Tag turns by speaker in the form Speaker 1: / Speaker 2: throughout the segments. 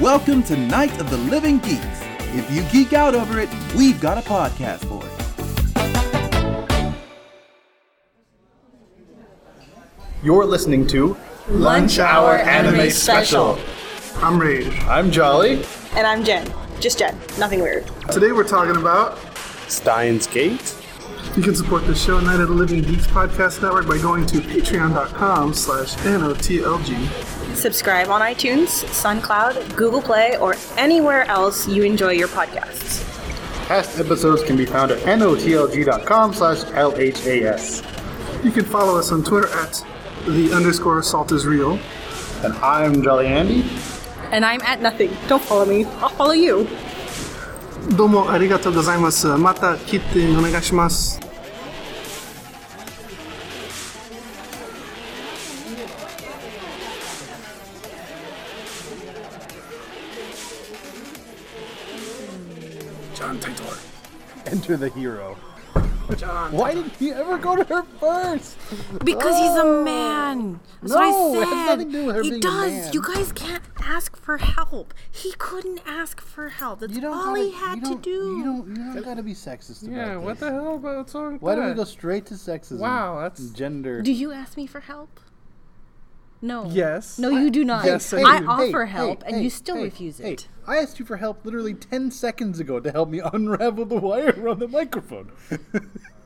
Speaker 1: Welcome to Night of the Living Geeks. If you geek out over it, we've got a podcast for it.
Speaker 2: You're listening to
Speaker 3: Lunch Hour Anime Special.
Speaker 4: I'm Rage.
Speaker 2: I'm Jolly.
Speaker 3: And I'm Jen. Just Jen. Nothing weird.
Speaker 4: Today we're talking about
Speaker 5: Steins Gate.
Speaker 4: you can support the show Night of the Living Geeks Podcast Network by going to patreon.com slash N-O-T-L-G.
Speaker 3: Subscribe on iTunes, SoundCloud, Google Play, or anywhere else you enjoy your podcasts.
Speaker 2: Past episodes can be found at notlg.com slash LHAS.
Speaker 4: You can follow us on Twitter at the underscore salt is real.
Speaker 2: And I'm Jolly Andy.
Speaker 3: And I'm at nothing. Don't follow me. I'll follow you.
Speaker 4: どうもありがとうございます。また来てお願いします。
Speaker 5: John Titor.
Speaker 2: Enter the hero. Why did he ever go to her first?
Speaker 6: Because he's a man. That's
Speaker 2: No,
Speaker 6: what
Speaker 2: it
Speaker 6: I
Speaker 2: has
Speaker 6: said.
Speaker 2: nothing to do with her
Speaker 6: he
Speaker 2: being a
Speaker 6: does.
Speaker 2: man.
Speaker 6: You guys can't ask for help. He couldn't ask for help. That's
Speaker 7: You don't
Speaker 6: all
Speaker 7: gotta-
Speaker 6: he
Speaker 7: you
Speaker 6: had to
Speaker 7: don't-
Speaker 6: do.
Speaker 7: You don't, you don't gotta be sexist about
Speaker 5: Yeah, what the
Speaker 7: this.
Speaker 5: hell about song?
Speaker 7: Why don't we go straight to sexism?
Speaker 5: Wow, that's-
Speaker 7: gender.
Speaker 6: Do you ask me for help? No.
Speaker 5: Yes.
Speaker 6: No, you do not.
Speaker 5: Yes, I
Speaker 6: I
Speaker 5: do.
Speaker 6: offer
Speaker 7: Hey,
Speaker 6: help,
Speaker 7: hey,
Speaker 6: and
Speaker 7: hey,
Speaker 6: you still
Speaker 7: hey,
Speaker 6: refuse
Speaker 7: hey,
Speaker 6: it.
Speaker 7: I asked you for help literally 10 seconds ago to help me unravel the wire on the microphone.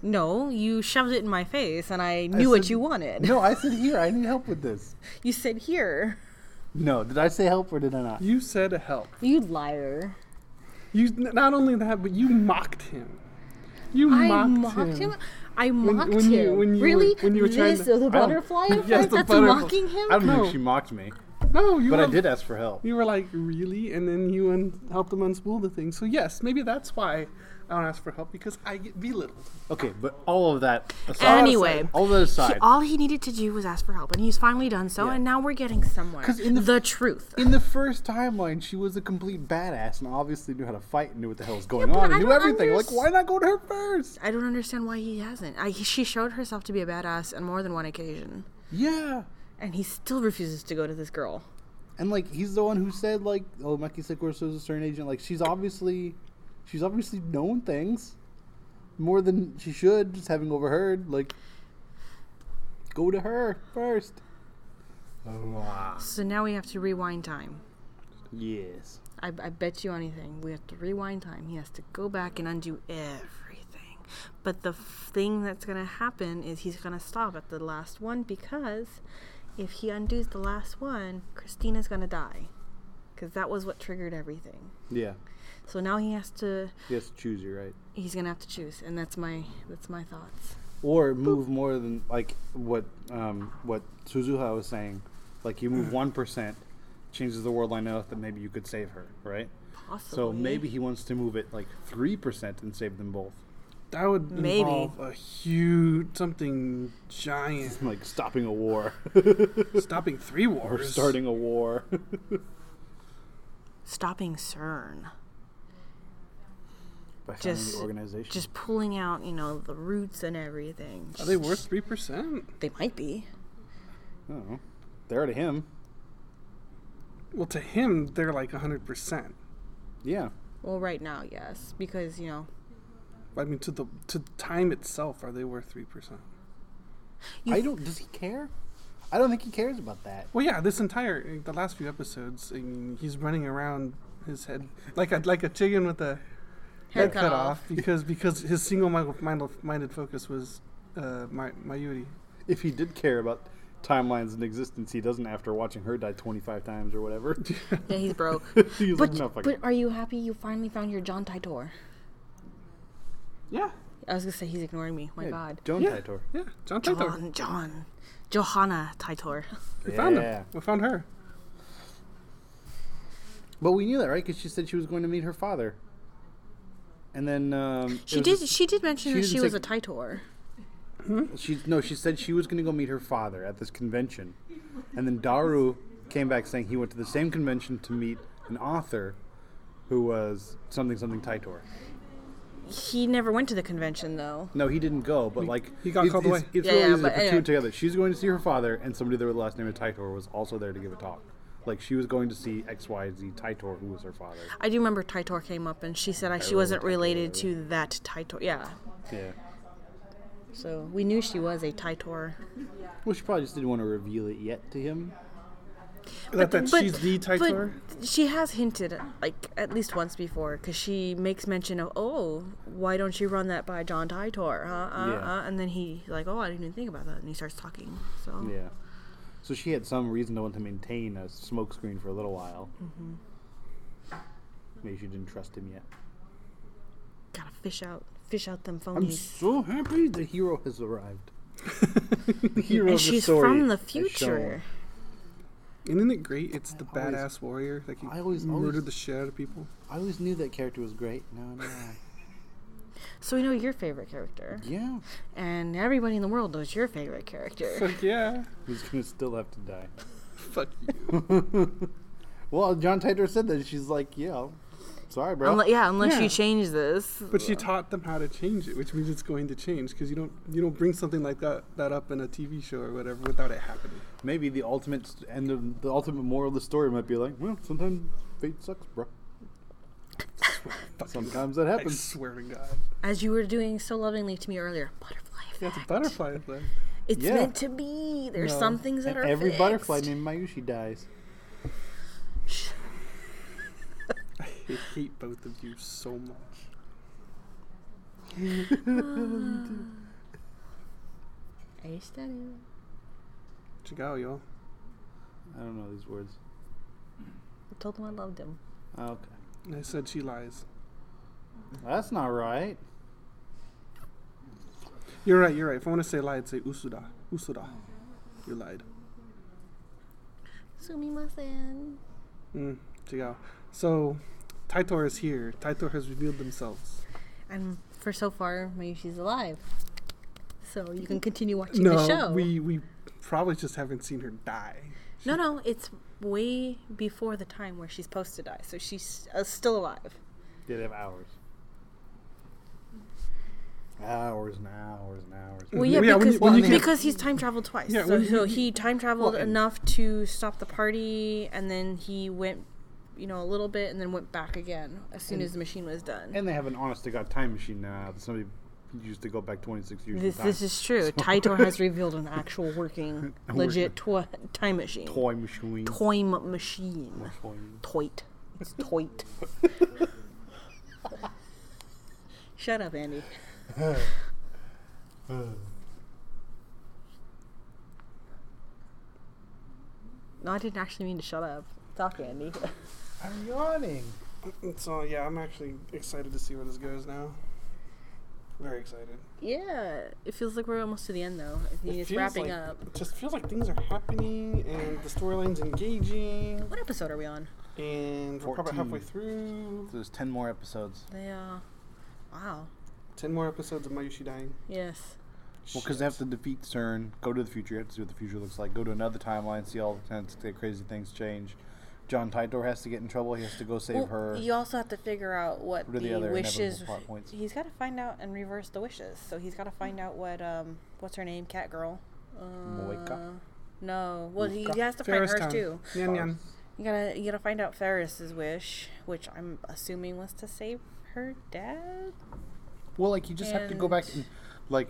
Speaker 6: No, you shoved it in my face, and I knew what
Speaker 7: said-
Speaker 6: you wanted.
Speaker 7: no, I said here, I need help with this.
Speaker 6: You said here.
Speaker 7: No, did I say help or did I not?
Speaker 5: You said help.
Speaker 6: You liar.
Speaker 5: You n- not only that, but you mocked him. You
Speaker 6: I
Speaker 5: mocked,
Speaker 6: mocked him. I mocked
Speaker 5: when you-
Speaker 6: him.
Speaker 5: when you were-
Speaker 6: really?
Speaker 5: when you were trying
Speaker 6: this
Speaker 5: to-
Speaker 6: is
Speaker 5: I don't-
Speaker 6: a butterfly effect
Speaker 5: Yes, the
Speaker 6: that's
Speaker 5: butterfly-
Speaker 6: mocking him?
Speaker 7: I don't
Speaker 5: No.
Speaker 7: think she mocked me,
Speaker 5: No, you.
Speaker 7: but I
Speaker 5: were-
Speaker 7: did ask for help.
Speaker 5: You were like, really, and then you un- helped him unspool the thing. So yes, maybe that's why I don't ask for help because I get belittled.
Speaker 7: Okay, but all of that aside.
Speaker 6: Anyway,
Speaker 7: all that
Speaker 6: he-
Speaker 7: aside.
Speaker 6: all he needed to do was ask for help, and he's finally done so, and now we're getting somewhere.
Speaker 7: 'Cause in the-
Speaker 6: truth.
Speaker 7: in the first timeline, she was a complete badass and obviously knew how to fight and knew what the hell was going
Speaker 6: but
Speaker 7: on
Speaker 6: I
Speaker 7: and knew
Speaker 6: don't
Speaker 7: everything. Like,
Speaker 6: underst-
Speaker 7: why not go to her first?
Speaker 6: I don't understand why he hasn't. I, she showed herself to be a badass on more than one occasion,
Speaker 7: Yeah.
Speaker 6: and he still refuses to go to this girl.
Speaker 7: And like he's the one who said like, "Oh, Maki Sekorosu is a certain agent." Like she's obviously, she's obviously known things more than she should. Just having overheard, like, go to her first.
Speaker 6: So now we have to rewind time.
Speaker 7: Yes.
Speaker 6: I, I bet you anything. We have to rewind time. He has to go back and undo everything. But the f- thing that's going to happen is he's going to stop at the last one because if he undoes the last one, Christina's going to die. Because that was what triggered everything.
Speaker 7: Yeah.
Speaker 6: So now he has to.
Speaker 7: Yes, choose you right,
Speaker 6: He's going to have to choose, and that's my that's my thoughts.
Speaker 7: or move more than like what um what Suzuha was saying. Like you move one percent, changes the world line enough that maybe you could save her, right? So
Speaker 6: Possibly.
Speaker 7: maybe he wants to move it like three percent and save them both.
Speaker 5: That would
Speaker 6: Maybe.
Speaker 5: involve a huge something giant,
Speaker 7: Like stopping a war
Speaker 5: stopping three
Speaker 7: or
Speaker 5: wars,
Speaker 7: starting a war.
Speaker 6: stopping CERN.
Speaker 7: by founding
Speaker 6: Just-
Speaker 7: the organization.
Speaker 6: Just pulling out, you know, the roots and everything.
Speaker 5: Are they worth three percent?
Speaker 6: They might be.
Speaker 7: I don't know. They're to him.
Speaker 5: Well, to him, they're like hundred percent.
Speaker 7: Yeah.
Speaker 6: Well, right now, yes, because you know
Speaker 5: I mean, to the to time itself, are they worth three percent?
Speaker 6: You
Speaker 7: I don't. Does he care? I don't think he cares about that.
Speaker 5: Well, yeah, this entire eh, the last few episodes, I mean, he's running around his head like a like a chicken with a head cut off because because his single minded minded- minded focus was uh, my Mayuri.
Speaker 7: If he did care about timelines and existence, he doesn't after watching her die twenty-five times or whatever.
Speaker 6: Yeah, he's broke.
Speaker 7: He's
Speaker 6: but,
Speaker 7: like, no, fuck
Speaker 6: but
Speaker 7: it.
Speaker 6: are you happy you finally found your John Titor?
Speaker 5: Yeah,
Speaker 6: I was gonna say he's ignoring me. My God,
Speaker 7: Don't
Speaker 5: Yeah.
Speaker 7: Titor.
Speaker 5: yeah, John Titor.
Speaker 6: John, John, Johanna Titor.
Speaker 5: We found
Speaker 7: Yeah.
Speaker 5: him. We found her.
Speaker 7: But we knew that, right? Because she said she was going to meet her father. And then um, it
Speaker 6: She
Speaker 7: was
Speaker 6: did.
Speaker 7: just-
Speaker 6: She did mention
Speaker 7: she
Speaker 6: that she
Speaker 7: didn't
Speaker 6: was
Speaker 7: say-
Speaker 6: a Titor.
Speaker 7: She no, she said she was going to go meet her father at this convention, and then Daru came back saying he went to the same convention to meet an author who was something something Titor.
Speaker 6: He never went to the convention though.
Speaker 7: No, he didn't go, but like
Speaker 5: he got
Speaker 7: it's,
Speaker 5: called
Speaker 7: it's,
Speaker 5: away.
Speaker 7: It's
Speaker 6: Yeah,
Speaker 7: really
Speaker 6: yeah,
Speaker 7: easy to
Speaker 6: but
Speaker 7: put two
Speaker 6: anyway.
Speaker 7: together. She's going to see her father, and somebody there with the last name of Titor was also there to give a talk. Like she was going to see X Y Z Titor, who was her father.
Speaker 6: I do remember Titor came up and she said I,
Speaker 7: Oh,
Speaker 6: she wasn't related to that Titor. Yeah.
Speaker 7: Yeah.
Speaker 6: So we knew she was a Titor.
Speaker 7: Well, she probably just didn't want to reveal it yet to him.
Speaker 5: That, that
Speaker 6: But-
Speaker 5: she's the
Speaker 6: but
Speaker 5: Titor.
Speaker 6: She has hinted, like, at least once before, because she makes mention of, oh, why don't you run that by John Titor? Huh? Uh,
Speaker 7: Yeah.
Speaker 6: uh, and then he, like, oh, I didn't even think about that. And he starts talking. So,
Speaker 7: Yeah. So she had some reason to want to maintain a smokescreen for a little while.
Speaker 6: Mm-hmm.
Speaker 7: Maybe she didn't trust him yet.
Speaker 6: gotta fish out, fish out them
Speaker 7: I'm
Speaker 6: phonies.
Speaker 7: so happy the hero has arrived. the hero
Speaker 6: And
Speaker 7: of the
Speaker 6: she's
Speaker 7: story
Speaker 6: from the
Speaker 7: has shown.
Speaker 6: future.
Speaker 5: Isn't it great? It's the
Speaker 7: always-
Speaker 5: badass warrior that can
Speaker 7: I always-
Speaker 5: murder
Speaker 7: always-
Speaker 5: the shit out of people.
Speaker 7: I always knew that character was great. No, no, no.
Speaker 6: So we know your favorite character.
Speaker 7: yeah.
Speaker 6: And everybody in the world knows your favorite character.
Speaker 5: Fuck yeah.
Speaker 7: He's gonna still have to die.
Speaker 5: Fuck you.
Speaker 7: Well, John Titor said that. She's like, yeah, sorry, bro.
Speaker 6: Unle- yeah, unless
Speaker 5: Yeah.
Speaker 6: you change this.
Speaker 5: But she taught them how to change it, which means it's going to change because you don't you don't bring something like that that up in a TV show or whatever without it happening.
Speaker 7: Maybe the ultimate st- end of the ultimate moral of the story might be like, well, sometimes fate sucks, bro.
Speaker 5: Fuck you.
Speaker 7: Sometimes that
Speaker 5: I
Speaker 7: happens.
Speaker 5: swear to God,
Speaker 6: As you were doing so lovingly to me earlier, butterfly
Speaker 5: that's a
Speaker 6: effect.
Speaker 5: butterfly effect.
Speaker 6: It's
Speaker 7: Yeah.
Speaker 6: meant to be. There's some things that
Speaker 7: And
Speaker 6: are
Speaker 7: every
Speaker 6: fixed.
Speaker 7: butterfly named Mayushi dies.
Speaker 5: I hate both of you so much.
Speaker 6: Are you studying?
Speaker 5: Chigao, y'all.
Speaker 7: I don't know these words.
Speaker 6: I told him I loved him.
Speaker 7: Okay,
Speaker 5: And I said she lies.
Speaker 7: that's not right.
Speaker 5: You're right. You're right. If I want to say lie, I'd say usuda. Usuda. You lied.
Speaker 6: Sumimasen.
Speaker 5: Mm, Chigao. So, Titor is here. Titor has revealed themselves.
Speaker 6: And for so far, Mayushi's alive. So you can continue watching the
Speaker 5: No,
Speaker 6: show.
Speaker 5: we we probably just haven't seen her die.
Speaker 6: no, no, it's way before the time where she's supposed to die. So she's uh, still alive.
Speaker 7: Yeah, they have hours. Hours and hours and hours.
Speaker 6: Well, yeah,
Speaker 5: Yeah, when
Speaker 6: because,
Speaker 5: you- when you can-
Speaker 6: because he's time traveled twice.
Speaker 5: Yeah,
Speaker 6: so,
Speaker 5: when
Speaker 6: so
Speaker 5: you-
Speaker 6: he time traveled
Speaker 5: and-
Speaker 6: enough to stop the party, and then he went, you know, a little bit, and then went back again as soon as the machine was done.
Speaker 7: And they have an honest to god time machine now that somebody used to go back 26 years. in
Speaker 6: This,
Speaker 7: time.
Speaker 6: this is true. Titor has revealed an actual working, legit twi- time machine.
Speaker 7: toy machine.
Speaker 6: Toim machine.
Speaker 7: Toy.
Speaker 6: Toit. It's toit. Shut up, Andy. No, I didn't actually mean to shut up. Talk, Andy.
Speaker 7: I'm yawning.
Speaker 5: Mm, So yeah, I'm actually excited to see where this goes now. Very excited.
Speaker 6: yeah, it feels like we're almost to the end, though. I think
Speaker 5: It
Speaker 6: it's
Speaker 5: feels
Speaker 6: wrapping
Speaker 5: like-
Speaker 6: up.
Speaker 5: It just feels like things are happening and the storyline's engaging
Speaker 6: What episode are we on?
Speaker 5: and we're probably
Speaker 7: 14.
Speaker 5: halfway through.
Speaker 7: There's 10 more episodes.
Speaker 6: Yeah. uh, Wow.
Speaker 5: Ten more episodes of Mayushi dying.
Speaker 6: Yes.
Speaker 7: Well, because they have to defeat CERN, go to the future, you have to see what the future looks like, go to another timeline, see all the kinds of crazy things change. John Titor has to get in trouble. He has to go save
Speaker 6: Well,
Speaker 7: her.
Speaker 6: You also have to figure out what,
Speaker 7: What are the
Speaker 6: the,
Speaker 7: other
Speaker 6: wishes.
Speaker 7: inevitable plot points?
Speaker 6: He's got to find out and reverse the wishes. So he's got to find out what um what's her name, Cat Girl. Uh,
Speaker 7: Moika?
Speaker 6: No, well he,
Speaker 7: Moika?
Speaker 6: he has to
Speaker 5: Ferris
Speaker 6: find hers
Speaker 5: Town.
Speaker 6: too.
Speaker 5: Nyan nyan.
Speaker 6: You gotta you gotta find out Ferris's wish, which I'm assuming was to save her dad.
Speaker 7: Well, like you just have to go back and
Speaker 6: And-
Speaker 7: like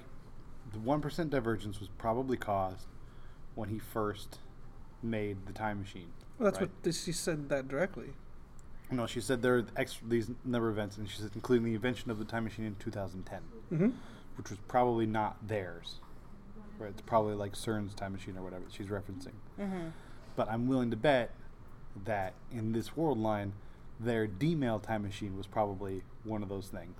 Speaker 7: the one percent divergence was probably caused when he first made the time machine.
Speaker 5: Well, that's
Speaker 7: Right.
Speaker 5: what this, she said that directly.
Speaker 7: No, she said there are ex- these number of events, and she said including the invention of the time machine in 2010,
Speaker 5: Mhm.
Speaker 7: which was probably not theirs. Right, it's probably like CERN's time machine or whatever that she's referencing. But I'm willing to bet that in this world line, their D-mail time machine was probably one of those things.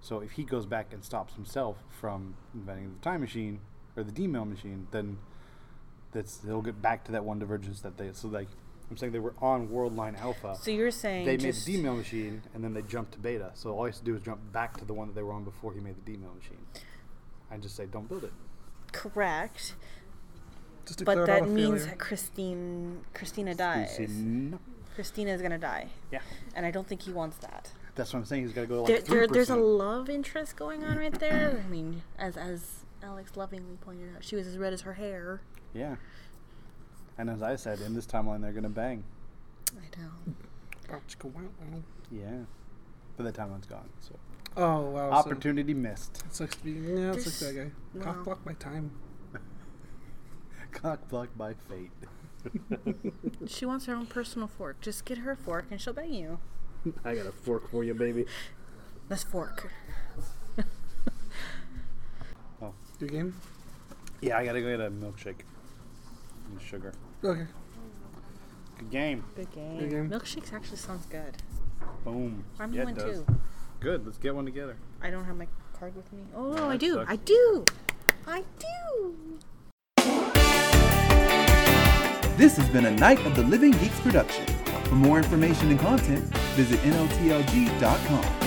Speaker 7: So if he goes back and stops himself from inventing the time machine or the D-mail machine, then that's he'll get back to that one divergence that they. So like, I'm saying they were on world line alpha
Speaker 6: So you're saying
Speaker 7: they made
Speaker 6: just,
Speaker 7: the D-mail machine and then they jumped to beta. So all you have to do is jump back to the one that they were on before he made the D-mail machine. I just say, don't build it.
Speaker 6: correct,
Speaker 5: Just declare
Speaker 6: but
Speaker 5: it all
Speaker 6: that
Speaker 5: a
Speaker 6: means
Speaker 5: failure.
Speaker 6: that Christine Christina
Speaker 7: You
Speaker 6: dies.
Speaker 7: say, "No."
Speaker 6: Christina's gonna die,
Speaker 7: Yeah,
Speaker 6: and I don't think he wants that.
Speaker 7: that's what I'm saying. He's got to go to
Speaker 6: there,
Speaker 7: like
Speaker 6: there,
Speaker 7: three
Speaker 6: there's a
Speaker 7: percent.
Speaker 6: love interest going on right there. I mean, as as Alex lovingly pointed out, she was as red as her hair.
Speaker 7: Yeah, and as I said, in this timeline, they're gonna bang.
Speaker 6: I know.
Speaker 5: Wow, chicka, wow, wow.
Speaker 7: Yeah. But that timeline's gone. So
Speaker 5: Oh wow! So
Speaker 7: opportunity missed.
Speaker 5: it sucks to be. Yeah, it sucks to be that guy.
Speaker 6: Wow.
Speaker 5: Cock block my time.
Speaker 7: Cock blocked by fate.
Speaker 6: She wants her own personal fork. Just get her a fork and she'll bang you.
Speaker 7: I got a fork for you, baby.
Speaker 6: That's fork.
Speaker 5: Your game?
Speaker 7: Yeah, I gotta go get a milkshake and sugar.
Speaker 5: Okay.
Speaker 7: Good game.
Speaker 6: Good game.
Speaker 5: Good game.
Speaker 6: Milkshakes actually sounds good.
Speaker 7: Boom.
Speaker 6: I'm
Speaker 7: Yeah, it
Speaker 6: one
Speaker 7: does.
Speaker 6: too.
Speaker 7: Good. Let's get one together.
Speaker 6: I don't have my card with me. Oh no, I
Speaker 7: that
Speaker 6: do.
Speaker 7: sucks.
Speaker 6: I do. I do.
Speaker 1: This has been a Night of the Living Geeks production. For more information and content, visit NOTLG.com.